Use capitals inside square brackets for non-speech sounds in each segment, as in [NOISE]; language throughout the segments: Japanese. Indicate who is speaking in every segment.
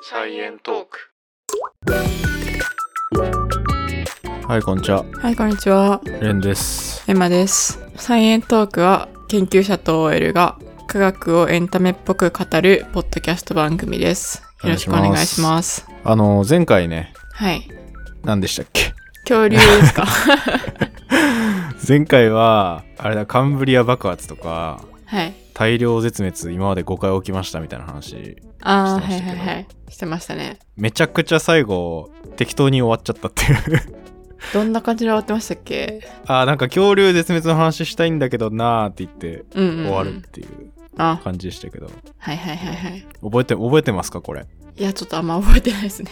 Speaker 1: サイエントーク。
Speaker 2: はい、こんにちは。
Speaker 1: はい、こんにちは。
Speaker 2: レンです。
Speaker 1: エマです。サイエントークは研究者と OL が科学をエンタメっぽく語るポッドキャスト番組です。よろしくお願いします。
Speaker 2: あの、前回ね、
Speaker 1: はい。
Speaker 2: 何でしたっけ [LAUGHS]
Speaker 1: 恐竜ですか
Speaker 2: 前回は、あれだ、カンブリア爆発とか、
Speaker 1: [LAUGHS] はい。
Speaker 2: 大量絶滅、今まで5回起きましたみたいな話。
Speaker 1: ああ、
Speaker 2: してま
Speaker 1: は
Speaker 2: したけ
Speaker 1: いはい
Speaker 2: ど
Speaker 1: はい。してましたね。
Speaker 2: めちゃくちゃ最後、適当に終わっちゃったっていう。 [LAUGHS]
Speaker 1: どんな感じで終わってましたっけ
Speaker 2: あー、なんか恐竜絶滅の話したいんだけどなーって言って、
Speaker 1: うんうん、うん。
Speaker 2: 終わるっていう
Speaker 1: あ、
Speaker 2: 感じでしたけど。
Speaker 1: はいはいはいはい。
Speaker 2: 覚えて、覚えてますかこれ。
Speaker 1: いや、ちょっとあんま覚えてないです [LAUGHS] ね。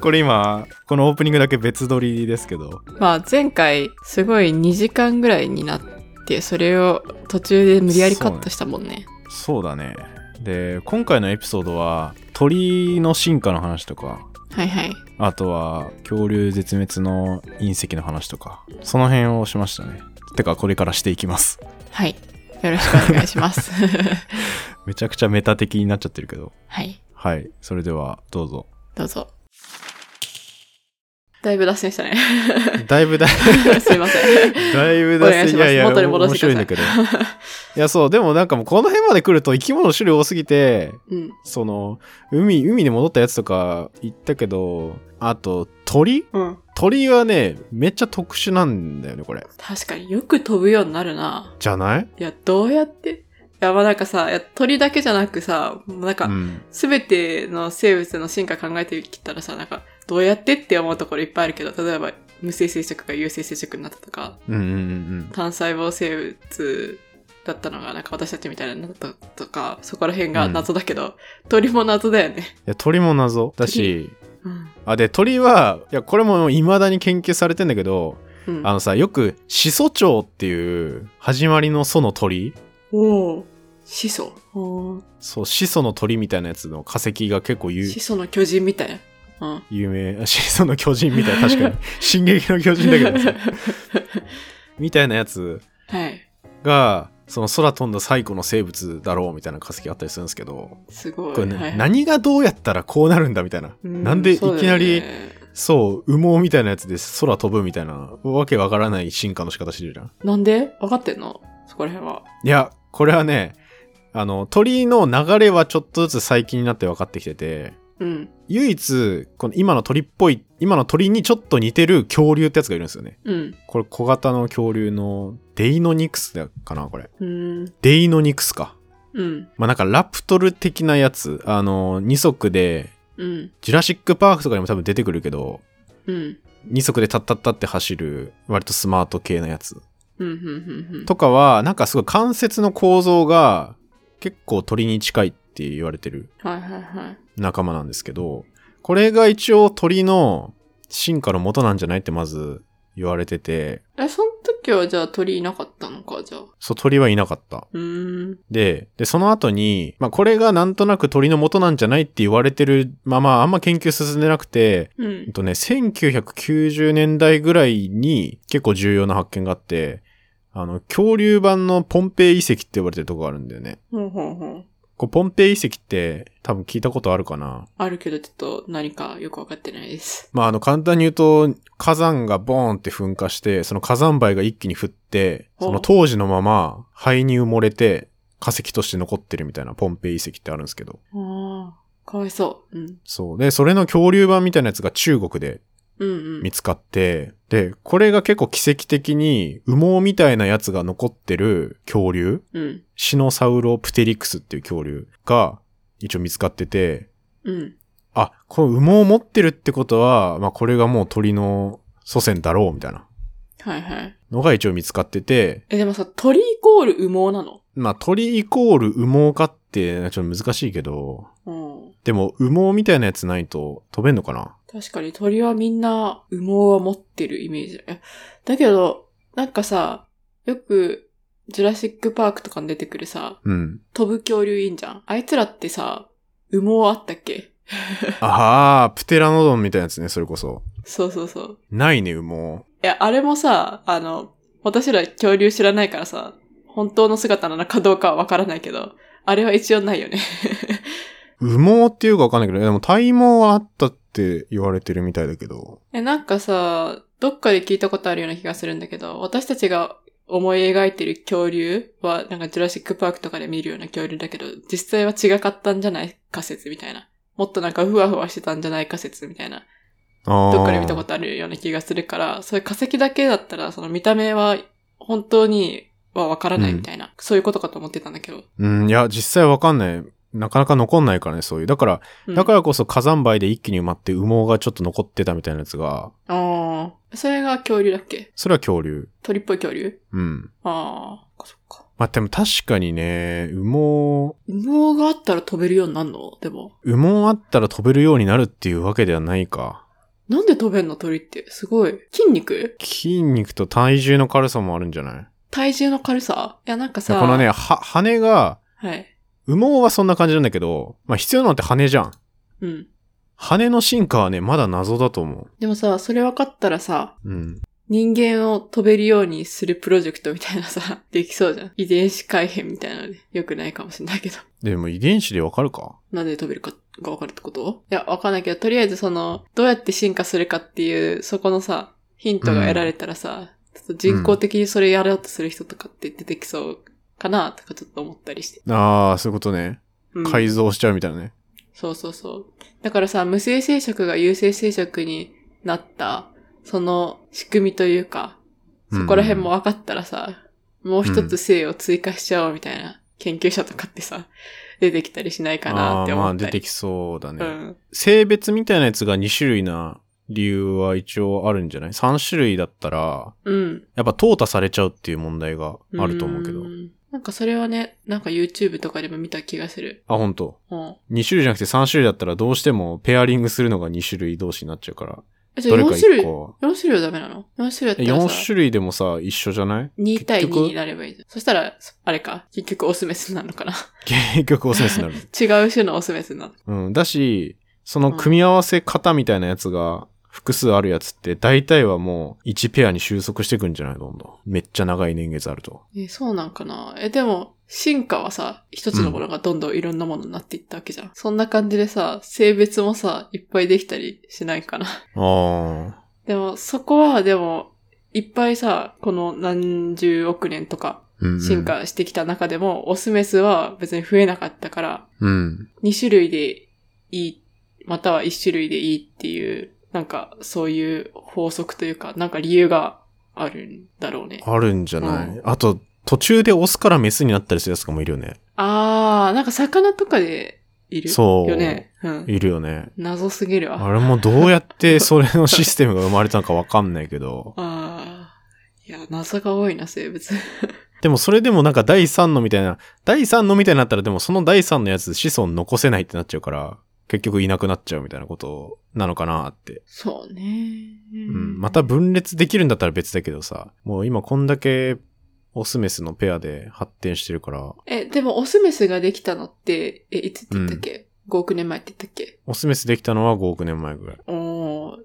Speaker 2: これ今、このオープニングだけ別撮りですけど。
Speaker 1: まあ前回すごい2時間ぐらいになってそれを途中で無理やりカットしたもんね。
Speaker 2: そうだね。で、今回のエピソードは、鳥の進化の話とか、
Speaker 1: はいはい。
Speaker 2: あとは恐竜絶滅の隕石の話とかその辺をしましたねてかこれからしていきます [LAUGHS]
Speaker 1: はい。よろしくお願いします。 [LAUGHS]
Speaker 2: めちゃくちゃメタ的になっちゃってるけど
Speaker 1: はい。
Speaker 2: はいそれではどう
Speaker 1: [LAUGHS]
Speaker 2: ぞ
Speaker 1: どうぞ。だいぶ脱線 [LAUGHS] したね。
Speaker 2: だいぶだ
Speaker 1: すいませ [LAUGHS] ん。
Speaker 2: だいぶ
Speaker 1: お願いし
Speaker 2: い
Speaker 1: ます
Speaker 2: やいや
Speaker 1: 元に戻
Speaker 2: 面
Speaker 1: してく
Speaker 2: 白
Speaker 1: だ
Speaker 2: いん
Speaker 1: さい
Speaker 2: だけどいやそうでもなんかもうこの辺まで来ると生き物の種類多すぎて
Speaker 1: うん。
Speaker 2: その海海に戻ったやつとか行ったけどあと鳥
Speaker 1: うん。
Speaker 2: 鳥はねめっちゃ特殊なんだよねこれ
Speaker 1: 確かによく飛ぶようになるな。
Speaker 2: じゃない
Speaker 1: いや、どうやっていや、まあなんかさ、いや鳥だけじゃなくさ、もうなん
Speaker 2: う
Speaker 1: か、
Speaker 2: ん
Speaker 1: すべての生物の進化考えてきたらさ、なんか、どうやってって思うところいっぱいあるけど、例えば、無性生殖が有性生殖になったとか、
Speaker 2: うんうんうん
Speaker 1: 単細胞生物だったのが、なんか私たちみたいになったとか、そこら辺が謎だけど、鳥も謎だよね。
Speaker 2: いや鳥も謎だし
Speaker 1: うん。
Speaker 2: あで鳥はいやこれも未だに研究されてんだけど、
Speaker 1: うん、
Speaker 2: あのさよく始祖鳥っていう始まりの祖の鳥
Speaker 1: おお始祖。おー
Speaker 2: そう始祖の鳥みたいなやつの化石が結構有
Speaker 1: 始祖の巨人みたいな。
Speaker 2: [LAUGHS]
Speaker 1: うん。
Speaker 2: 有名始祖の巨人みたいな確か
Speaker 1: [LAUGHS]
Speaker 2: に進撃の巨人だけどさみたいなやつ
Speaker 1: はい。
Speaker 2: がその空飛んだ最古の生物だろうみたいな化石あったりするんですけど
Speaker 1: すごい。
Speaker 2: これ、ね
Speaker 1: はい、
Speaker 2: 何がどうやったらこうなるんだみたいな、
Speaker 1: う
Speaker 2: なんでいきなり
Speaker 1: そうだよね
Speaker 2: そう羽毛みたいなやつで空飛ぶみたいなわけわからない進化の仕方してるじゃん
Speaker 1: なんで分かってんのそこら辺は。
Speaker 2: いや、これはね、あの、鳥の流れはちょっとずつ最近になって分かってきてて、
Speaker 1: うん。
Speaker 2: 唯一、この今の鳥っぽい、今の鳥にちょっと似てる恐竜ってやつがいるんですよね。
Speaker 1: うん。
Speaker 2: これ小型の恐竜のデイノニクスだかなこれ。
Speaker 1: うん。
Speaker 2: デイノニクスか。
Speaker 1: うん。
Speaker 2: まあ、なんかラプトル的なやつ、あの、二足で、
Speaker 1: うん。
Speaker 2: ジュラシックパークとかにも多分出てくるけど、
Speaker 1: うん。
Speaker 2: 二足でタッタッタって走る、割とスマート系のやつ。
Speaker 1: うん。うん。うん。うん
Speaker 2: とかは、なんかすごい関節の構造が結構鳥に近いって言われてる
Speaker 1: はいはいはい。
Speaker 2: 仲間なんですけど、これが一応鳥の進化の元なんじゃないってまず言われてて、
Speaker 1: え、その時はじゃあ鳥いなかったのか、じゃあ。
Speaker 2: そう鳥はいなかった。
Speaker 1: うーん。
Speaker 2: で、で、その後に、まあこれがなんとなく鳥の元なんじゃないって言われてるままあんま研究進んでなくて、
Speaker 1: う
Speaker 2: えっ
Speaker 1: ん。
Speaker 2: とね、1990年代ぐらいに結構重要な発見があって、あの、恐竜版のポンペイ遺跡って呼ばれてるとこがあるんだよね。
Speaker 1: ほうほうほう。
Speaker 2: こうポンペイ遺跡って多分聞いたことあるかな
Speaker 1: あるけど、ちょっと何かよくわかってないです。
Speaker 2: まあ、あの、簡単に言うと、火山がボーンって噴火して、その火山灰が一気に降って、
Speaker 1: ほう
Speaker 2: その当時のまま灰に埋もれて、化石として残ってるみたいなポンペイ遺跡ってあるんですけど。
Speaker 1: ああ、かわいそう。うん。
Speaker 2: そう。で、それの恐竜版みたいなやつが中国で
Speaker 1: うんうん
Speaker 2: 見。つかって、で、これが結構奇跡的に羽毛みたいなやつが残ってる恐竜、
Speaker 1: うん。
Speaker 2: シノサウロプテリクスっていう恐竜が一応見つかってて、
Speaker 1: うん。
Speaker 2: あ、この羽毛を持ってるってことは、まあこれがもう鳥の祖先だろうみたいな
Speaker 1: はいはい。
Speaker 2: のが一応見つかってて、
Speaker 1: え、でもさ、鳥イコール羽毛なの
Speaker 2: まあ鳥イコール羽毛かってちょっと難しいけど、
Speaker 1: うん。
Speaker 2: でも羽毛みたいなやつないと飛べんのかな
Speaker 1: 確かに鳥はみんな羽毛は持ってるイメージだ。えだけど、なんかさ、よく、ジュラシックパークとかに出てくるさ、
Speaker 2: うん。
Speaker 1: 飛ぶ恐竜いいんじゃん。あいつらってさ、羽毛あったっけ
Speaker 2: ああ、プテラノドンみたいなやつね、それこそ。
Speaker 1: そうそうそう。
Speaker 2: ないね、羽毛。
Speaker 1: いや、あれもさ、あの、私ら恐竜知らないからさ、本当の姿なのかどうかはわからないけど、あれは一応ないよね。
Speaker 2: 羽毛っていうかわかんないけど、でも体毛はあったって言われてるみたいだけど。
Speaker 1: [LAUGHS] え、なんかさ、どっかで聞いたことあるような気がするんだけど、私たちが思い描いてる恐竜は、なんかジュラシックパークとかで見るような恐竜だけど、実際は違かったんじゃない仮説みたいな。もっとなんかふわふわしてたんじゃない仮説みたいな。
Speaker 2: ああ。
Speaker 1: どっかで見たことあるような気がするから、そういう化石だけだったら、その見た目は本当にはわからないみたいな、そういうことかと思ってたんだけど。
Speaker 2: うん、いや、実際わかんない。なかなか残んないからね、そういう。だから、
Speaker 1: うん
Speaker 2: だからこそ火山灰で一気に埋まって羽毛がちょっと残ってたみたいなやつが、
Speaker 1: ああ。それが恐竜だっけ
Speaker 2: それは恐竜。
Speaker 1: 鳥っぽい恐竜
Speaker 2: うん。
Speaker 1: ああ。そっか。
Speaker 2: まあ、でも確かにね、羽毛、
Speaker 1: 羽毛があったら飛べるようになるのでも。
Speaker 2: 羽毛あったら飛べるようになるっていうわけではないか。
Speaker 1: なんで飛べんの鳥って。すごい。筋肉
Speaker 2: 筋肉と体重の軽さもあるんじゃない
Speaker 1: 体重の軽さいや、なんかさ。
Speaker 2: このね、は、羽が、
Speaker 1: はい。
Speaker 2: 羽毛はそんな感じなんだけど、まあ、必要なのって羽じゃん。
Speaker 1: うん。
Speaker 2: 羽の進化はね、まだ謎だと思
Speaker 1: でもさ、それ分かったらさ、
Speaker 2: う。うん。
Speaker 1: 人間を飛べるようにするプロジェクトみたいなさ、 [LAUGHS] できそうじゃん。遺伝子改変みたいなので、よくないかもしれないけど。 [LAUGHS]
Speaker 2: でも遺伝子でわかるか
Speaker 1: なんで飛べるかが分かるってこといや、分かんないけど、とりあえずその、どうやって進化するかっていう、そこのさ、ヒントが得られたらさ、ちょっと人工的にそれやろうとする人とかって出てきそうかな、とかちょっと思ったりして。
Speaker 2: ああ、そういうことね。
Speaker 1: うん
Speaker 2: 改造しちゃうみたいなね。
Speaker 1: そうそうそう。だからさ、無性生殖が有性生殖になった、その仕組みというか、そこら辺も分かったらさ、もう一つ性を追加しちゃおうみたいな研究者とかってさ、出てきたりしないかなって
Speaker 2: あーま
Speaker 1: 思
Speaker 2: あ
Speaker 1: っ
Speaker 2: 出
Speaker 1: たり。
Speaker 2: てきそうだね、
Speaker 1: うん。
Speaker 2: 性別みたいなやつが2種類な理由は一応あるんじゃない ?3 種類だったら、
Speaker 1: うん。
Speaker 2: やっぱ淘汰されちゃうっていう問題があると思うけど。
Speaker 1: んなんかそれはね、なんか YouTube とかでも見た気がする。
Speaker 2: あ、本当
Speaker 1: うん。
Speaker 2: 2種類じゃなくて3種類だったらどうしてもペアリングするのが2種類同士になっちゃうから。
Speaker 1: え、じゃ
Speaker 2: どれ
Speaker 1: あ
Speaker 2: か
Speaker 1: 4種類、
Speaker 2: 1
Speaker 1: 4
Speaker 2: 個は。
Speaker 1: 種類はダメなの ?4 種類だったら
Speaker 2: 4
Speaker 1: さ、
Speaker 2: 種類でもさ、一緒じゃない
Speaker 1: 2対
Speaker 2: 結局
Speaker 1: 2になればいいじゃん。そしたら、そあれか、結局オスメスなのかな [LAUGHS]
Speaker 2: 結局オスメスになる。
Speaker 1: 違う種のオスメスなの。
Speaker 2: うん。だし、その組み合わせ方みたいなやつが複数あるやつって、大体はもう1ペアに収束してくんじゃないどんどん。めっちゃ長い年月あると。
Speaker 1: え、そうなんかなえ、でも、進化はさ、一つのものがどんどんいろんなものになっていったわけじゃん。そんな感じでさ、性別もさ、いっぱいできたりしないかな。 [LAUGHS]
Speaker 2: ああ。
Speaker 1: でも、そこは、でも、いっぱいさ、この何十億年とか、
Speaker 2: うんうん
Speaker 1: 進。化してきた中でも、オスメスは別に増えなかったから、
Speaker 2: うん。
Speaker 1: 2種類でいい、または1種類でいいっていう、なんか、そういう法則というか、なんか理由があるんだろうね。
Speaker 2: あるんじゃない、
Speaker 1: う
Speaker 2: あと、途中でオスからメスになったりするやつとかもいるよね。
Speaker 1: あー、なんか魚とかでいる
Speaker 2: そう
Speaker 1: よね。うん。
Speaker 2: いるよね。
Speaker 1: 謎すぎるわ。
Speaker 2: あれもどうやってそれのシステムが生まれたのかわかんないけ
Speaker 1: [LAUGHS]
Speaker 2: ど。
Speaker 1: あー。いや、謎が多いな、生物。 [LAUGHS]
Speaker 2: でもそれでもなんか第三のみたいな、第三のみたいになったらでもその第三のやつ子孫残せないってなっちゃうから、結局いなくなっちゃうみたいなことなのかなって。
Speaker 1: そうね。
Speaker 2: う。
Speaker 1: うん
Speaker 2: また分裂できるんだったら別だけどさ、もう今こんだけオスメスのペアで発展してるから、
Speaker 1: え、でも、オスメスができたのって、え、いつって言ったっけ、?5 億年前って言ったっけ
Speaker 2: オスメスできたのは5億年前ぐらい。
Speaker 1: おー。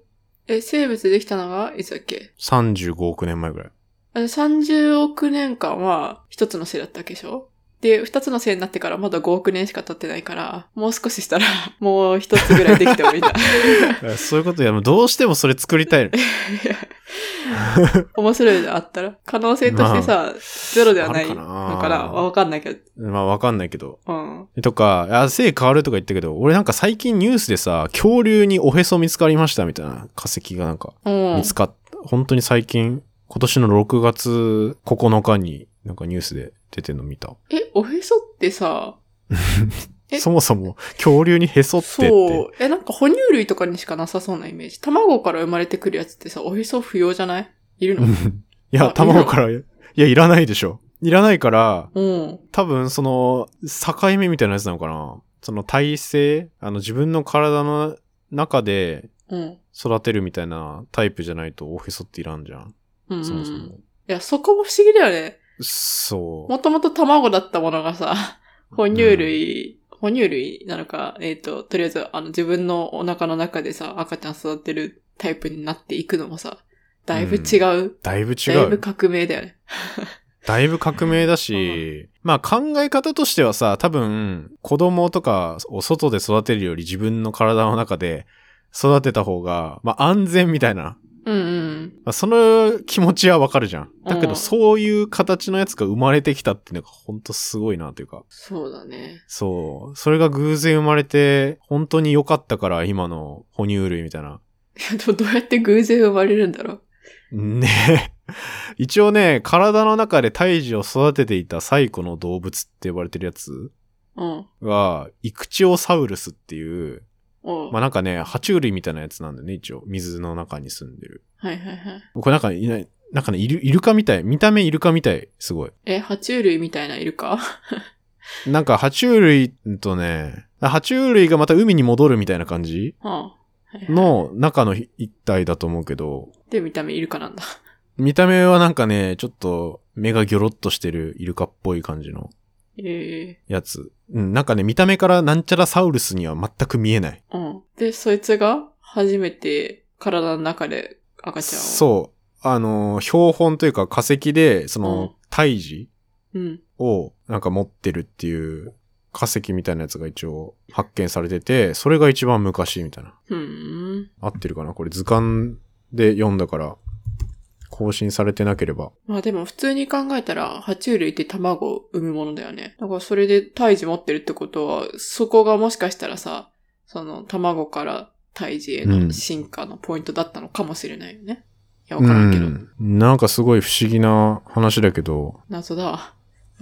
Speaker 1: え、生物できたのがいつだっけ
Speaker 2: 35億年前ぐらい。
Speaker 1: あの ?30 億年間は一つの性だったわけでしょで、二つの性になってからまだ5億年しか経ってないから、もう少ししたらもう一つぐらいできて
Speaker 2: [LAUGHS]
Speaker 1: もいいんだ。
Speaker 2: えそういうことや、もうどうしてもそれ作りたいの。
Speaker 1: [LAUGHS] 面白いのあったら。可能性としてさ、 [LAUGHS] ゼロではない
Speaker 2: ある
Speaker 1: の
Speaker 2: かな
Speaker 1: かなわかんないけど。
Speaker 2: まあわかんないけど。
Speaker 1: うん。
Speaker 2: とか、あ、性変わるとか言ったけど、俺なんか最近ニュースでさ、恐竜におへそ見つかりましたみたいな化石がなんか
Speaker 1: うん
Speaker 2: 見。つかった。本当に最近、今年の6月9日になんかニュースで出てるの見た。
Speaker 1: え、おへそってさ、え
Speaker 2: そもそも恐竜にへそってって。
Speaker 1: そう。え、なんか哺乳類とかにしかなさそうなイメージ。卵から生まれてくるやつってさ、おへそ不要じゃないいる
Speaker 2: う
Speaker 1: の
Speaker 2: んい
Speaker 1: あ
Speaker 2: や、卵から、いや、いらないでしょ。いらないから、
Speaker 1: うん。
Speaker 2: 多分その境目みたいなやつなのかな。その体制、あの自分の体の中で
Speaker 1: うん。
Speaker 2: 育てるみたいなタイプじゃないとおへそっていらんじゃん。
Speaker 1: うん。
Speaker 2: そもそ
Speaker 1: い
Speaker 2: も。
Speaker 1: や、そこも不思議だよね。
Speaker 2: そう。
Speaker 1: もともと卵だったものがさ、哺乳類、哺乳類なのか、えっ、と、とりあえず、あの、自分のお腹の中でさ、赤ちゃん育てるタイプになっていくのもさ、だいぶ違う。
Speaker 2: だいぶ違。
Speaker 1: だいうぶ革命だよね。
Speaker 2: だいぶ革命だし、まあ考え方としてはさ、多分、子供とかを外で育てるより自分の体の中で育てた方が、まあ安全みたいな
Speaker 1: うんうん。
Speaker 2: まあその気持ちはわかるじゃん。だけ
Speaker 1: う
Speaker 2: ど、
Speaker 1: ん
Speaker 2: そういう形のやつが生まれてきたっていうのが本当すごいなというか。
Speaker 1: そうだね。
Speaker 2: そう。それが偶然生まれて、本当に良かったから、今の哺乳類みたいな。
Speaker 1: いや、でもどうやって偶然生まれるんだろう。
Speaker 2: ね [LAUGHS] 一応ね、体の中で胎児を育てていた最古の動物って呼ばれてるやつ
Speaker 1: うん。
Speaker 2: が、イクチオサウルスっていう、
Speaker 1: おう
Speaker 2: まあなんかね、爬虫類みたいなやつなんだよね、一応。水の中に住んでる。
Speaker 1: はいはいはい。
Speaker 2: これなんかいない、なんかね、イルイルカみたい。見た目イルカみたい。すごい。
Speaker 1: え、爬虫類みたいないるか [LAUGHS]
Speaker 2: なんか、爬虫類とね、爬虫類がまた海に戻るみたいな感じ
Speaker 1: うん。はいはい、
Speaker 2: の中の一体だと思うけど、
Speaker 1: で、見た目いるかなんだ。
Speaker 2: 見た目はなんかね、ちょっと目がギョロッとしてるイルカっぽい感じの
Speaker 1: ええ
Speaker 2: やつ。うん、なんかね、見た目からなんちゃらサウルスには全く見えない。
Speaker 1: うん。で、そいつが初めて体の中で赤ちゃんを。
Speaker 2: そう。あのー、標本というか化石で、そ
Speaker 1: うん
Speaker 2: の、胎児
Speaker 1: う。うん。
Speaker 2: をなんか持ってるっていう化石みたいなやつが一応発見されてて、それが一番昔みたいな。
Speaker 1: ふーん。
Speaker 2: 合ってるかなこれ図鑑で読んだから、更新されてなければ。
Speaker 1: まあでも普通に考えたら、爬虫類って卵を産むものだよね。だからそれで胎児持ってるってことは、そこがもしかしたらさ、その卵から胎児へ
Speaker 2: うん
Speaker 1: の進化のポイントだったのかもしれないよね。いや、わからんけど。
Speaker 2: うんなんかすごい不思議な話だけど、
Speaker 1: 謎だわ。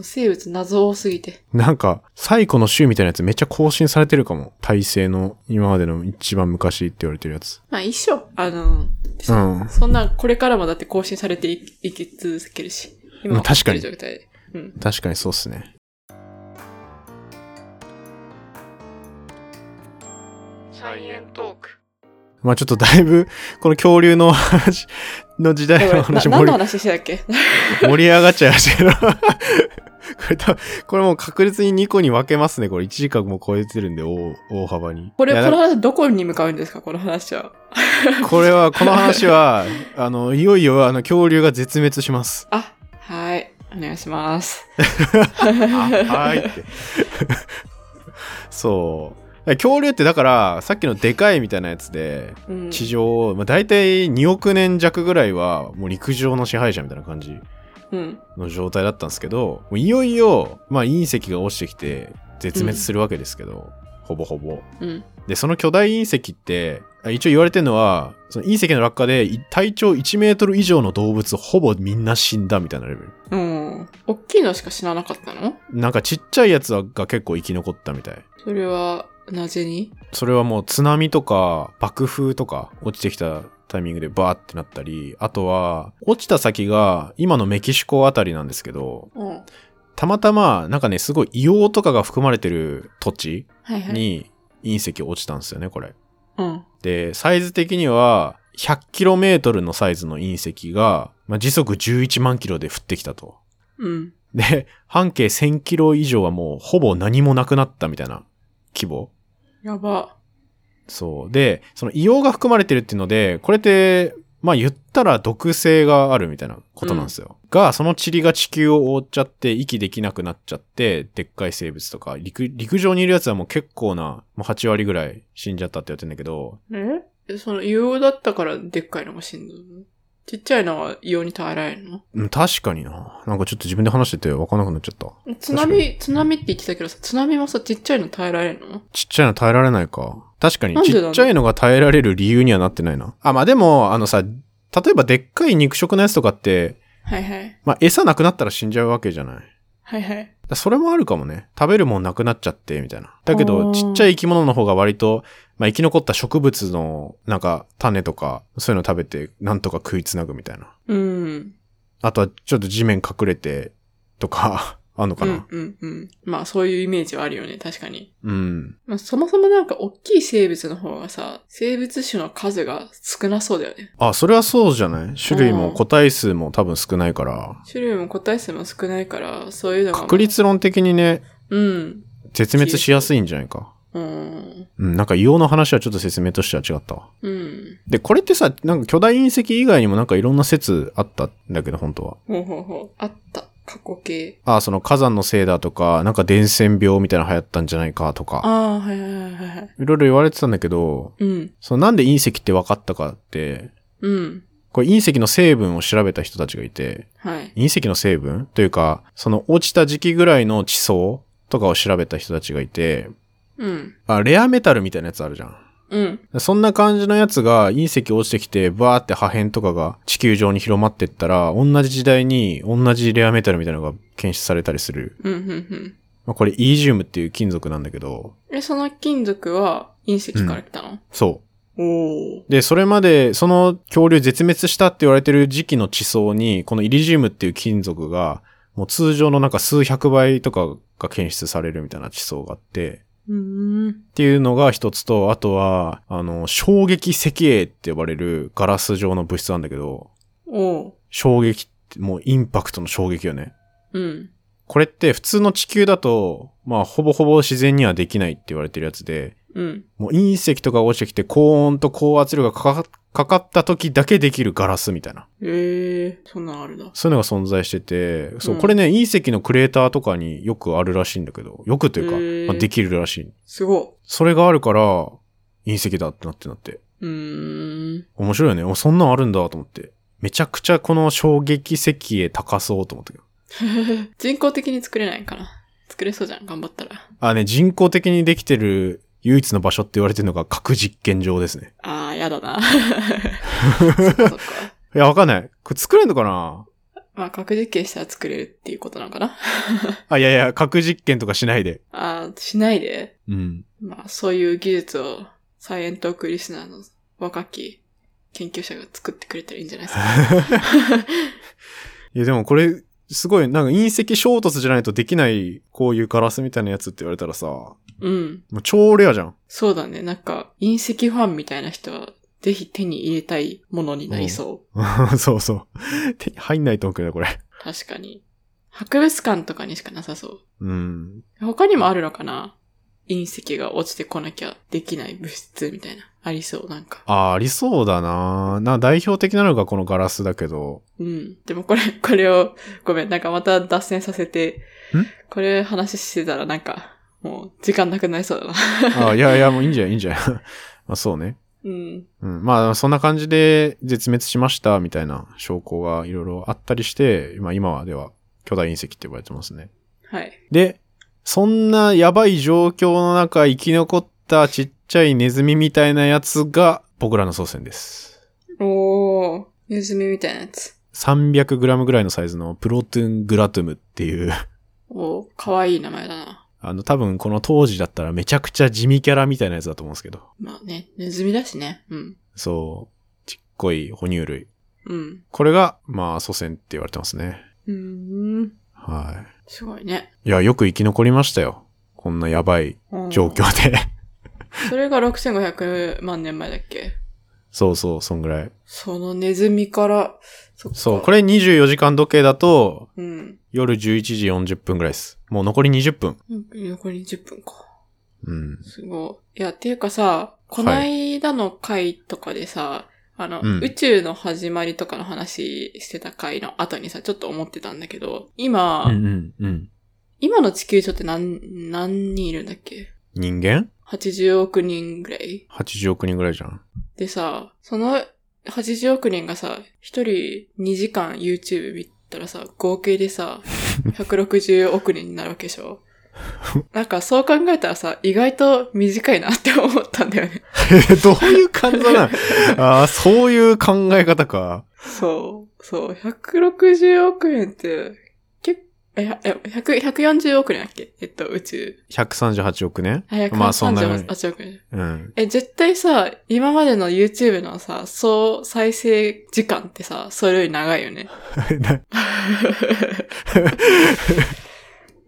Speaker 1: 生物謎多すぎて。
Speaker 2: なんか、最古の週みたいなやつめっちゃ更新されてるかも。体制の今までの一番昔って言われてるやつ。
Speaker 1: まあ一緒。あの、
Speaker 2: うん。
Speaker 1: そんな、これからもだって更新されていいき続けるし。
Speaker 2: まあ確かに
Speaker 1: 持ってる状態でうん。
Speaker 2: 確かにそうっすね。
Speaker 1: サイエントーク。
Speaker 2: まあちょっとだいぶ、 [LAUGHS] この恐竜の話、 [LAUGHS] の時代の話
Speaker 1: 何
Speaker 2: 盛
Speaker 1: の
Speaker 2: り
Speaker 1: 話してたっけ
Speaker 2: 盛り上がっちゃいましたけど。 [LAUGHS] これ多分これもう確実に2個に分けますね。これ1時間も超えてるんで、大大幅に。
Speaker 1: これ、
Speaker 2: いや
Speaker 1: この話どこに向かうんですかこの話は。
Speaker 2: これは、この話は、 [LAUGHS] あの、いよいよ、あの、恐竜が絶滅し
Speaker 1: [LAUGHS]
Speaker 2: ます。
Speaker 1: あ、はい。お願いします。
Speaker 2: あ、はいって。 [LAUGHS] そう。恐竜ってだから、さっきのでかいみたいなやつで、
Speaker 1: [LAUGHS] うん、
Speaker 2: 地上、まあ、大体2億年弱ぐらいは、もう陸上の支配者みたいな感じ
Speaker 1: うん。
Speaker 2: の状態だったんですけど、もういよいよ、まあ、隕石が落ちてきて、絶滅するわけですけど、ほぼほぼ。
Speaker 1: うん。
Speaker 2: で、その巨大隕石って、あ一応言われてるのは、その隕石の落下でい体長1メートル以上の動物ほぼみんな死んだみたいなレベル。
Speaker 1: うん。おっきいのしか知らなかったの
Speaker 2: なんかちっちゃいやつはが結構生き残ったみたい。
Speaker 1: それは、なぜに
Speaker 2: それはもう津波とか爆風とか落ちてきたタイミングでバーってなったり、あとは落ちた先が今のメキシコあたりなんですけど、
Speaker 1: うん。は
Speaker 2: たまたまなんかね、すごい硫黄とかが含まれてる土地
Speaker 1: いはい。
Speaker 2: に隕石落ちたんですよね、これ。
Speaker 1: うん。
Speaker 2: で、サイズ的には 100km のサイズの隕石が、まあ、時速11万キロで降ってきたと。
Speaker 1: うん。
Speaker 2: で、半径1000キロ以上はもうほぼ何もなくなったみたいな規模。
Speaker 1: やば。
Speaker 2: そう。で、その硫黄が含まれてるっていうので、これって、まあ言ったら毒性があるみたいなことなんですよ。が、その塵が地球を覆っちゃって、息できなくなっちゃって、でっかい生物とか、陸、陸上にいるやつはもう結構な、もう8割ぐらい死んじゃったって言ってんだけど、
Speaker 1: ええその、硫黄だったからでっかいのが死んだのちっちゃいのは硫黄に耐えられるの
Speaker 2: うん確かにな。なんかちょっと自分で話してて分かんなくなっちゃった。
Speaker 1: 津波、津波って言ってたけどさ、津波もさ、ちっちゃいの耐えられるの
Speaker 2: ちっちゃいの耐えられないか。確かに
Speaker 1: な、んで
Speaker 2: ち
Speaker 1: だろ
Speaker 2: っ
Speaker 1: う
Speaker 2: ちゃいのが耐えられる理由にはなってないな。あ、まあでも、あのさ、例えばでっかい肉食のやつとかって、
Speaker 1: はいはい。
Speaker 2: まあ餌なくなったら死んじゃうわけじゃない。だか
Speaker 1: はいはい。
Speaker 2: らそれもあるかもね。食べるもんなくなっちゃって、みたいな。だけ
Speaker 1: あ
Speaker 2: ど、
Speaker 1: ー
Speaker 2: ちっちゃい生き物の方が割と、まあ生き残った植物の、なんか、種とか、そういうの食べて、なんとか食いつなぐみたいな。
Speaker 1: うん。
Speaker 2: あとは、ちょっと地面隠れて、とか、 [LAUGHS] あんのか
Speaker 1: う
Speaker 2: な。
Speaker 1: んうんうん。まあ、そういうイメージはあるよね、確かに。
Speaker 2: うん
Speaker 1: まあ、そもそもなんか大きい生物の方がさ、生物種の数が少なそうだよね。
Speaker 2: あ、それはそうじゃない種類
Speaker 1: う
Speaker 2: も
Speaker 1: ん
Speaker 2: 個体数も多分少ないから。
Speaker 1: 種類も個体数も少ないから、そういうのが。
Speaker 2: 確率論的にね、
Speaker 1: うん。
Speaker 2: 絶滅しやすいんじゃないか。
Speaker 1: うん。
Speaker 2: うん、なんか硫黄の話はちょっと説明としては違ったわ。
Speaker 1: うん。
Speaker 2: で、これってさ、なんか巨大隕石以外にもなんかいろんな説あったんだけど、本当は。
Speaker 1: ほうほうほう。あった。過去形。
Speaker 2: ああ、その火山のせいだとか、なんか伝染病みたいなの流行ったんじゃないかと
Speaker 1: あ
Speaker 2: か、
Speaker 1: あ、はいはいはいはいはい。
Speaker 2: いろいろ言われてたんだけど、
Speaker 1: うん。
Speaker 2: そのなんで隕石って分かったかって、
Speaker 1: うん。
Speaker 2: これ隕石の成分を調べた人たちがいて、
Speaker 1: はい。
Speaker 2: 隕石の成分というか、その落ちた時期ぐらいの地層とかを調べた人たちがいて、
Speaker 1: うん。
Speaker 2: あ、レアメタルみたいなやつあるじゃん。
Speaker 1: うん。
Speaker 2: そんな感じのやつが隕石落ちてきて、バーって破片とかが地球上に広まってったら、同じ時代に同じレアメタルみたいなのが検出されたりする。
Speaker 1: うん。うん。うん。
Speaker 2: まあ、これイージウムっていう金属なんだけど、
Speaker 1: え、その金属は隕石から来たの、
Speaker 2: そ
Speaker 1: おお。
Speaker 2: う。で、それまで、その恐竜絶滅したって言われてる時期の地層に、このイリジウムっていう金属が、もう通常のなんか数百倍とかが検出されるみたいな地層があって、
Speaker 1: うーん。
Speaker 2: っていうのが一つと、あとは、あの、衝撃石英って呼ばれるガラス状の物質なんだけど、
Speaker 1: おお。
Speaker 2: 衝撃って、もうインパクトの衝撃よね。
Speaker 1: うん。
Speaker 2: これって普通の地球だと、まあほぼほぼ自然にはできないって言われてるやつで、
Speaker 1: うん。
Speaker 2: もう隕石とかが落ちてきて高温と高圧力がかかかかった時だけできるガラスみたいな。
Speaker 1: ええー、そんなんあるだ。
Speaker 2: そういうのが存在してて、そう、
Speaker 1: うん
Speaker 2: これね、隕石のクレーターとかによくあるらしいんだけど、よくと
Speaker 1: へ
Speaker 2: いう
Speaker 1: ー
Speaker 2: か、まあ、できるらしい。
Speaker 1: すご
Speaker 2: それがあるから、隕石だってなってなって。
Speaker 1: い。うーん。
Speaker 2: 面白いよね。おそんなんあるんだと思って。めちゃくちゃこの衝撃石へ高そうと思ったけど。
Speaker 1: [LAUGHS] 人工的に作れないかな。作れそうじゃん、頑張ったら。
Speaker 2: あね、人工的にできてる唯一の場所って言われてるのが核実験場ですね。
Speaker 1: あー、や
Speaker 2: [LAUGHS]
Speaker 1: だな。そっかそっか。
Speaker 2: いや、わかんない。これ作れんのかな
Speaker 1: まあ、核実験したら作れるっていうことなのかな。
Speaker 2: あ、いやいや、核実験とかしないで。
Speaker 1: あー、しないで。
Speaker 2: うん。
Speaker 1: まあ、そういう技術を、サイエントークリスナーの若き研究者が作ってくれたらいいんじゃないで
Speaker 2: [LAUGHS]
Speaker 1: すか。
Speaker 2: いや、でもこれ、すごい、なんか隕石衝突じゃないとできない、こういうガラスみたいなやつって言われたらさ、も
Speaker 1: うん。
Speaker 2: う超レアじゃん。 [LAUGHS]
Speaker 1: そうだね。なんか、隕石ファンみたいな人は、ぜひ手に入れたいものになりそう。
Speaker 2: そうそう。手に入んないと思うけど、これ。
Speaker 1: 確かに。博物館とかにしかなさそう。
Speaker 2: うん。
Speaker 1: 他にもあるのかな隕石が落ちてこなきゃできない物質みたいな。ありそう、なんか。
Speaker 2: あー、ありそうだなな、代表的なのがこのガラスだけど。
Speaker 1: うん。でもこれ、 [LAUGHS] これを、ごめん、なんかまた脱線させて
Speaker 2: ん、
Speaker 1: これ話してたらなんか、もう時間なくなりそうだな。
Speaker 2: あーいやいや、もういいんじゃないいいんじゃ [LAUGHS] ないまあ、そうね。
Speaker 1: [LAUGHS] うん。
Speaker 2: うん、まあ、そんな感じで絶滅しましたみたいな証拠がいろいろあったりして、まあ今はでは巨大隕石って呼ばれてますね。
Speaker 1: はい。
Speaker 2: で、そんなやばい状況の中生き残ったちっちゃいネズミみたいなやつが僕らの祖先です。
Speaker 1: おー、ネズミみたいなやつ。
Speaker 2: 300g ぐらいのサイズのプロトゥングラトゥムっていう、 [LAUGHS]
Speaker 1: おー、かわいい名前だな。
Speaker 2: あの多分この当時だったらめちゃくちゃ地味キャラみたいなやつだと思うんですけど。
Speaker 1: まあね、ネズミだしね。うん。
Speaker 2: そう、ちっこい哺乳類。
Speaker 1: うん。
Speaker 2: これが、まあ祖先って言われてますね。
Speaker 1: うーん。
Speaker 2: はい。
Speaker 1: すごいね。
Speaker 2: いや、よく生き残りましたよ。こんなやばい
Speaker 1: うん
Speaker 2: 状況で。 [LAUGHS]
Speaker 1: それが6500万年前だっけ
Speaker 2: そうそう、そんぐらい。
Speaker 1: そのネズミから、そっか
Speaker 2: そう、これ24時間時計だと、
Speaker 1: うん。
Speaker 2: 夜11時40分ぐらいです。もう残り20分。
Speaker 1: 残り10分か。
Speaker 2: うん。
Speaker 1: すごい。いや、っていうかさ、こないだの回とかでさ、あの、
Speaker 2: うん
Speaker 1: 宇宙の始まりとかの話してた回の後にさ、ちょっと思ってたんだけど、今、
Speaker 2: うんうんうん。
Speaker 1: 今の地球上って何、何人いるんだっけ
Speaker 2: 人間
Speaker 1: ?80 億人ぐらい
Speaker 2: ?80 億人ぐらいじゃん。
Speaker 1: でさ、その80億人がさ、一人2時間 YouTube 見たらさ、合計
Speaker 2: [LAUGHS]
Speaker 1: でさ、160億人になるわけでしょなんかそう考えたらさ、意外と短いなって思ったんだよね。
Speaker 2: どういう感想なの [LAUGHS] ああ、そういう考え方か。
Speaker 1: [LAUGHS] そう、そう、160億円って、結構、え、え100 140億円だっけえっと、宇宙。
Speaker 2: 138億ね。
Speaker 1: あ、138億円。
Speaker 2: まあそんなぐらい
Speaker 1: え、
Speaker 2: [LAUGHS] うん。
Speaker 1: 絶対さ、今までの YouTube のさ、総再生時間ってさ、それより長いよね。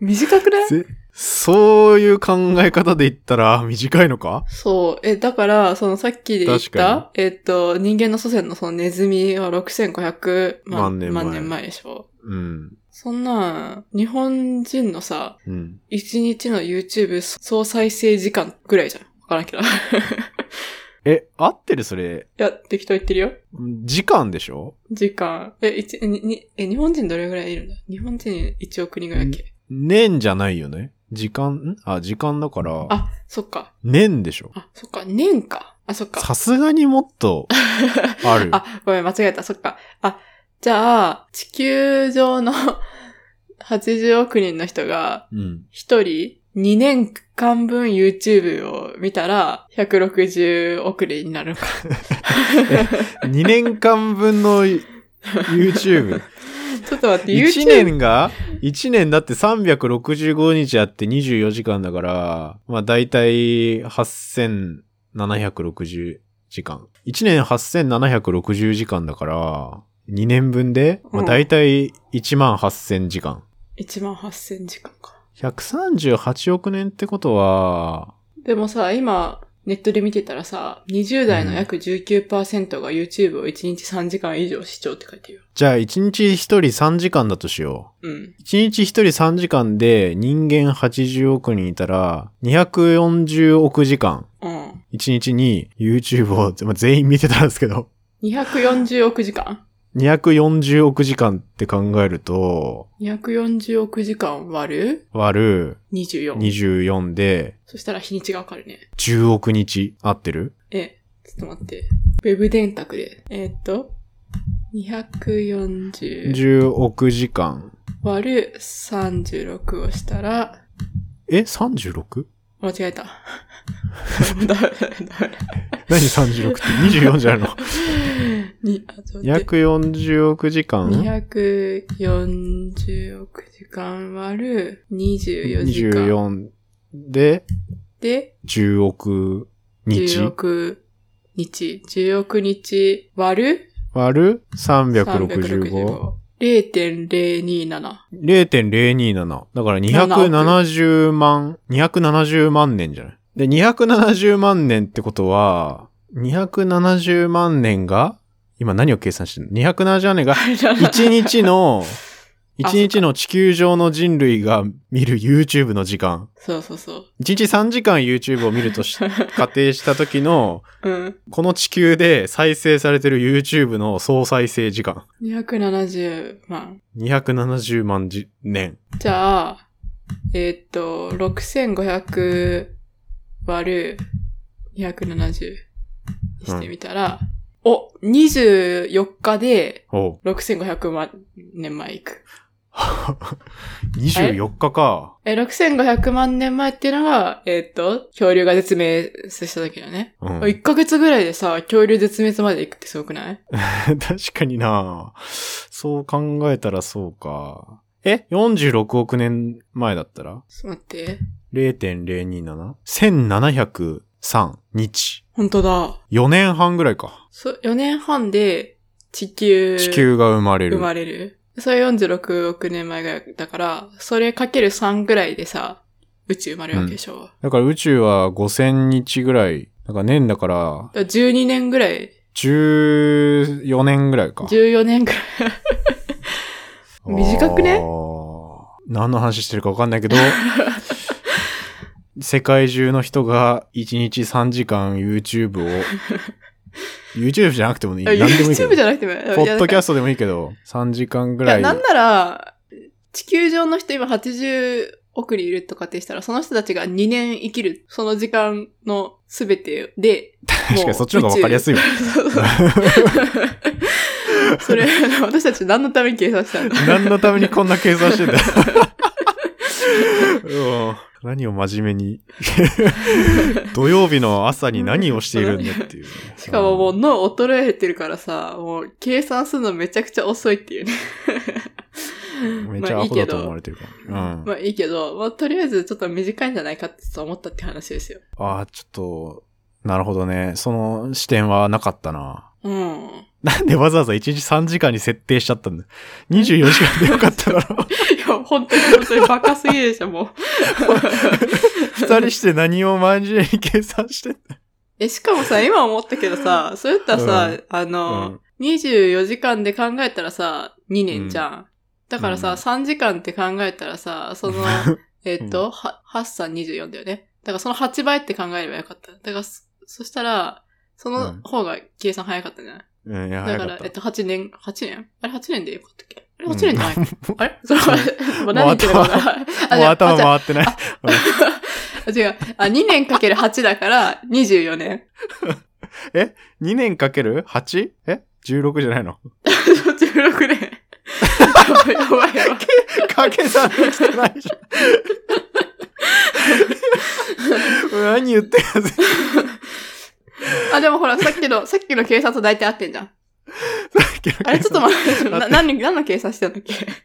Speaker 1: 短くない
Speaker 2: ぜそういう考え方で言ったら短いのか
Speaker 1: そう。え、だから、そのさっきで言っ
Speaker 2: 確か
Speaker 1: た、えっと、人間の祖先のそのネズミは6500万
Speaker 2: 万年前
Speaker 1: 万年前でしょ。
Speaker 2: うん。
Speaker 1: そんなん、日本人のさ、
Speaker 2: うん。
Speaker 1: [LAUGHS] 一日の YouTube 総再生時間ぐらいじゃん。わからんけど。
Speaker 2: え、合ってるそれ。
Speaker 1: いや、適当言ってるよ。
Speaker 2: 時間でしょ
Speaker 1: 時間。え、一、に、に、え、日本人どれぐらいいるんだ日本人1億人ぐらいだっけ
Speaker 2: 年じゃないよね。時間、んあ、時間だから、
Speaker 1: あ、そっか。
Speaker 2: 年でしょ。
Speaker 1: あ、そっか。年か。あ、そっか。
Speaker 2: さすがにもっと [LAUGHS] ある。
Speaker 1: あ、ごめん、間違えた。そっか。あ、じゃあ、地球上の [LAUGHS] 80億人の人が、
Speaker 2: うん。
Speaker 1: 一人2年間分 YouTube を見たら、160億人になるのか。 [LAUGHS]
Speaker 2: 2年間分の YouTube。
Speaker 1: ちょっと待って、
Speaker 2: 1
Speaker 1: [LAUGHS] YouTube。
Speaker 2: 年が ?1 年だって365日あって24時間だから、まあ大体8760時間。1年8760時間だから、2年分で、まあ
Speaker 1: うん
Speaker 2: 大体1万8000時間。
Speaker 1: 1万8000時間か。
Speaker 2: 138億年ってことは、
Speaker 1: でもさ、今、ネットで見てたらさ、20代の約19%が YouTube を1日3時間以上視聴って書いてるよ。
Speaker 2: じゃあ1日1人3時間だとしよう。
Speaker 1: うん。
Speaker 2: 1日1人3時間で人間80億人いたら、240億時間。
Speaker 1: うん。
Speaker 2: 一日に YouTube を、まあ、全員見てたんですけど、
Speaker 1: 240億時間
Speaker 2: 240億時間って考えると、
Speaker 1: ?240 億時間割る
Speaker 2: 割る
Speaker 1: ?24。
Speaker 2: 24で
Speaker 1: そしたら日にちがわかるね。
Speaker 2: 10億日合ってる
Speaker 1: え、ちょっと待って。ウェブ電卓で。えーっと、240
Speaker 2: ?10 億時間。
Speaker 1: 割る36をしたら、
Speaker 2: え ?36?
Speaker 1: 間違
Speaker 2: [LAUGHS]
Speaker 1: えた。ダメだ、ダメだ。
Speaker 2: 何36って24じゃないの
Speaker 1: に、あ、ちょっと待って。
Speaker 2: ?240 億時間
Speaker 1: 240億時間割る24時間
Speaker 2: ?24 で
Speaker 1: で
Speaker 2: 10億日
Speaker 1: 10億日。10億日割る
Speaker 2: 割る 365?0.027。
Speaker 1: 365。0.027。
Speaker 2: [LAUGHS]
Speaker 1: [LAUGHS]
Speaker 2: 0.027。だから270万、270万年じゃないで、270万年ってことは、270万年が、今何を計算してるの ?270 万年が、1日の、
Speaker 1: あ
Speaker 2: 1日の地球上の人類が見る YouTube の時間。
Speaker 1: そうそうそう。
Speaker 2: 1日3時間 YouTube を見ると
Speaker 1: [LAUGHS]
Speaker 2: し仮定した時の、
Speaker 1: うん。
Speaker 2: この地球で再生されてる YouTube の総再生時間。
Speaker 1: 270万。
Speaker 2: 270万じ年。
Speaker 1: じゃあ、えーっと、6500割る270にしてみたら、お、24日で
Speaker 2: おう
Speaker 1: 6500万年前行く。
Speaker 2: 24日か。
Speaker 1: え、6500万年前っていうのが、えーっと、恐竜が絶滅した時だね。
Speaker 2: うん、
Speaker 1: 1ヶ月ぐらいでさ、恐竜絶滅まで行くってすごくない
Speaker 2: [LAUGHS] 確かになそう考えたらそうか。え ?46 億年前だったら
Speaker 1: ちょっと待って。
Speaker 2: 0.027?1703 日。
Speaker 1: 本当だ。
Speaker 2: 4年半ぐらいか。
Speaker 1: そ、4年半で地球。
Speaker 2: 地球が生まれる。
Speaker 1: 生まれる。それ46億年前ぐらいだから、それかける3ぐらいでさ、宇宙生まれるわけでしょ。だか
Speaker 2: だから宇宙は5000日ぐらい。だから年だから
Speaker 1: ら12年ぐらい、
Speaker 2: 14年ぐらいか。
Speaker 1: 14年ぐらい。短く
Speaker 2: あ
Speaker 1: ね
Speaker 2: ー何の話してるか分かんないけど、世界中の人が1日3時間 YouTube を、YouTube じゃなくてもいい。何でもいいけ
Speaker 1: YouTube じ
Speaker 2: ど。
Speaker 1: ゃなくてもいい、
Speaker 2: ポッドキャ
Speaker 1: ス
Speaker 2: ストでもいいけど、3時間ぐ
Speaker 1: ト
Speaker 2: らい。
Speaker 1: なんなら、地球上の人今80億人いるとかってしたら、その人たちが2年生きる、その時間のすべてで、
Speaker 2: [LAUGHS] 確かにそっちの方が分かりやすいわ
Speaker 1: わ。そうそう
Speaker 2: [LAUGHS]
Speaker 1: それ、私たち何のために計算したんだ
Speaker 2: 何のためにこんな計算してんだうん何を真面目に。土曜日の朝に何をしているんだっていうね。
Speaker 1: しかももう脳衰えてるからさ、もう計算するのめちゃくちゃ遅いって
Speaker 2: [LAUGHS]
Speaker 1: いうね。
Speaker 2: めっちゃアホだと思われてるから。うん。
Speaker 1: まあいいけど、まあとりあえずちょっと短いんじゃないかって思ったって話ですよ。
Speaker 2: ああ、ちょっと、なるほどね。その視点はなかったな。 [LAUGHS]
Speaker 1: うん。 [LAUGHS]
Speaker 2: なんでわざわざ1日3時間に設定しちゃったんだ ?24 時間でよかっただ
Speaker 1: [LAUGHS]
Speaker 2: ろ。
Speaker 1: いや、本当に本当にバカすぎるでしょ、もう。
Speaker 2: 2人して何を毎日に計算してんだ
Speaker 1: [LAUGHS] え、しかもさ、今思ったけどさ、そういったらさ、
Speaker 2: うん
Speaker 1: あの、
Speaker 2: うん
Speaker 1: 24時間で考えたらさ、2年じゃん。だからさ、
Speaker 2: うん
Speaker 1: 3時間って考えたらさ、その、えっと、は8、3、24だよね。だからその8倍って考えればよかった。だからそ、そしたら、その方が計算早かったんじゃない、
Speaker 2: [LAUGHS] うん、いや、
Speaker 1: だ
Speaker 2: 早
Speaker 1: か
Speaker 2: かっ。
Speaker 1: ら、えったと、8年、8年あれ8年でよかったっけあれ
Speaker 2: うん
Speaker 1: 8年じゃない
Speaker 2: [LAUGHS]
Speaker 1: か、あれ [LAUGHS] それは、もう何言ってるか分からんあ
Speaker 2: もう頭
Speaker 1: [LAUGHS] じゃあ
Speaker 2: 回ってない。
Speaker 1: あ違う。あ、2年かける8だから、24年。
Speaker 2: 2年かける 8? え ?16 じゃないの [LAUGHS]
Speaker 1: 16年。 [LAUGHS] やば
Speaker 2: [LAUGHS]
Speaker 1: いやばいやばい。
Speaker 2: 掛け算できてないじゃん。 [LAUGHS] 何言ってるんです
Speaker 1: あ、でもほら、さっきの、さっきの計算と大体合ってんじゃん。 [LAUGHS] あれちょっ
Speaker 2: [LAUGHS]
Speaker 1: と
Speaker 2: 待
Speaker 1: 待って、な何、何の計算してたんだっけ
Speaker 2: [LAUGHS]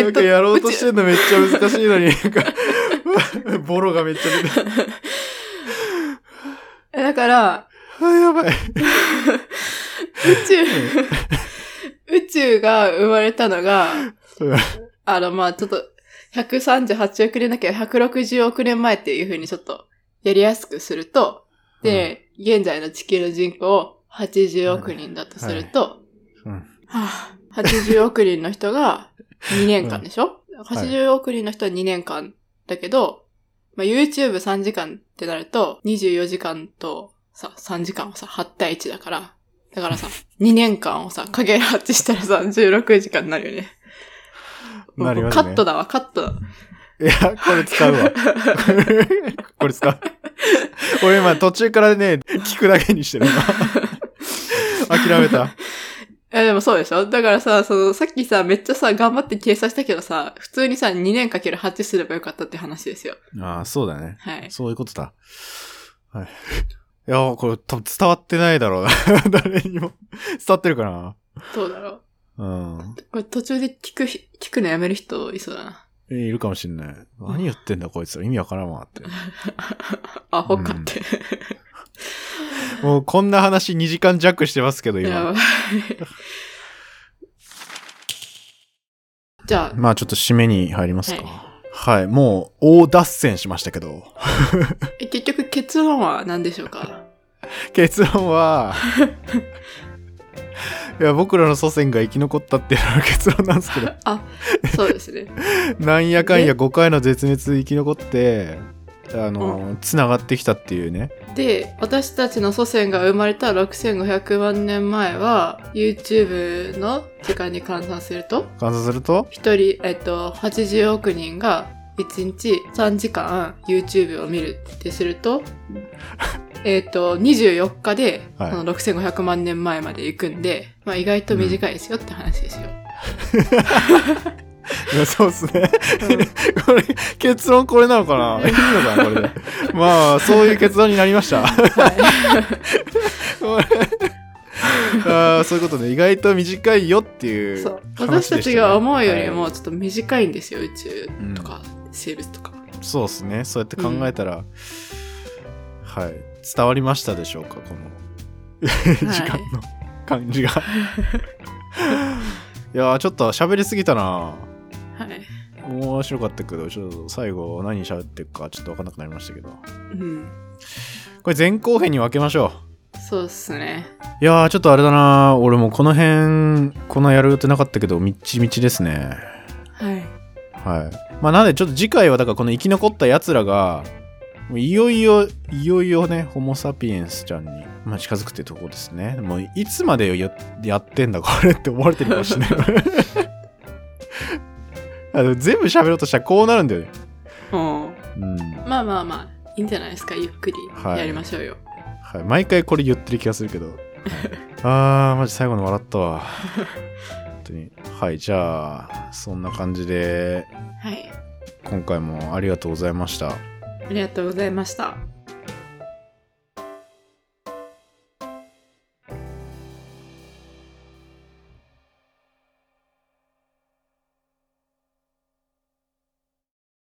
Speaker 2: なんかやろうとして
Speaker 1: 宇
Speaker 2: んのめっちゃ難しい
Speaker 1: [LAUGHS]
Speaker 2: のに、なんか、ボロがめっちゃ出てる。
Speaker 1: 宙だから、
Speaker 2: あ、やばい。
Speaker 1: 宇宙、宇宙が生まれたのが、
Speaker 2: うん
Speaker 1: あの、まあちょっと、138億年だけど、160億年前っていう風にちょっと、やりやすくすると、で、現在の地球の人口を80億人だとすると、
Speaker 2: うん
Speaker 1: はあ、80億人の人が2年間でしょ、
Speaker 2: い
Speaker 1: ?80 億人の人は2年間だけど、まあ、YouTube3 時間ってなると、24時間とさ、3時間をさ、8対1だから、だか
Speaker 2: [LAUGHS]
Speaker 1: らさ、2年間をさ、かける8したらさ、16時間になるよね。
Speaker 2: なります
Speaker 1: カ
Speaker 2: ね
Speaker 1: ットだわ、カットだわ。
Speaker 2: いや、これ使う
Speaker 1: [LAUGHS]
Speaker 2: わ。これ使う。俺今途中からね、聞くだけにして
Speaker 1: [LAUGHS]
Speaker 2: る今。諦めた。
Speaker 1: え、でもそうでしょだからさ、その、さっきさ、めっちゃさ、頑張って計算したけどさ、普通にさ、2年かける8すればよかったって話ですよ。
Speaker 2: ああ、そうだね。
Speaker 1: はい。
Speaker 2: そういうことだ。はい。いや、これ多分伝わってないだろうな。 [LAUGHS] 誰にも。伝わってるかな
Speaker 1: どうだろ
Speaker 2: うん。
Speaker 1: う。これ途中で聞くひ、聞くのやめる人いそうだな。
Speaker 2: いるかもしんない。何言ってんだこいつら。意味わからんわって。
Speaker 1: アホかって。
Speaker 2: もうこんな話2時間弱してますけど、
Speaker 1: やば
Speaker 2: 今
Speaker 1: い。 [LAUGHS] じゃあ、
Speaker 2: まあちょっと締めに入りますか。はい、もう大脱線しましたけど。
Speaker 1: え結局結論は何でしょうか
Speaker 2: 結論はいや僕らの祖先が生き残ったっていうのが結論なんですけ
Speaker 1: [LAUGHS]
Speaker 2: ど
Speaker 1: あ、そうですね。
Speaker 2: なんやかんや5回の絶滅で生き残ってあのつながってきたっていうね
Speaker 1: で、私たちの祖先が生まれた6500万年前は、YouTube の時間に換算すると、
Speaker 2: 観察すると
Speaker 1: 一人、えっと、80億人が1日3時間 YouTube を見るってすると、えっと、24日で、
Speaker 2: はい
Speaker 1: その6500万年前まで行くんで、まあ意外と短いですよって話ですよ。
Speaker 2: いやそうっすね
Speaker 1: うん
Speaker 2: これ結論これなのかないいのかなこれで [LAUGHS] まあそういう結論になりました [LAUGHS] これあーそういうことね意外と短いよっていう
Speaker 1: そう
Speaker 2: 話
Speaker 1: 私
Speaker 2: でしたね
Speaker 1: たちが思うより
Speaker 2: は
Speaker 1: もちょっと短いんですよ、宇宙とか生物
Speaker 2: [LAUGHS]
Speaker 1: とか。
Speaker 2: いそうですねそうやって考えたら、はい伝わりましたでしょうかこの [LAUGHS] 時間の感じがいやーちょっと喋りすぎたな
Speaker 1: はい。
Speaker 2: 面白かったけどちょっと最後何喋ってるかちょっと分かんなくなりましたけど
Speaker 1: うん。
Speaker 2: これ前後編に分けましょ
Speaker 1: そうっすね。
Speaker 2: ういやーちょっとあれだな俺もこの辺このやる予定なかったけどみっちみちですね
Speaker 1: はい。
Speaker 2: はいまあなんでちょっと次回はだからこの生き残ったやつらがもういよいよいよいよねホモ・サピエンスちゃんに、まあ、近づくってとこですねもういつまでややってんだこれって思われてるかもしれない [LAUGHS] あの全部喋ろうとしたらこうなるんだよね
Speaker 1: うん。
Speaker 2: うん
Speaker 1: まあまあまあ、いいんじゃないですか。ゆっくり
Speaker 2: はい
Speaker 1: やりましょうよ。
Speaker 2: はい、毎回これ言ってる気がするけど。あー、マジ最後の笑ったわ。本当に。はい、じゃあ、そんな感じで、
Speaker 1: はい。
Speaker 2: 今回もありがとうございました。
Speaker 1: ありがとうございました。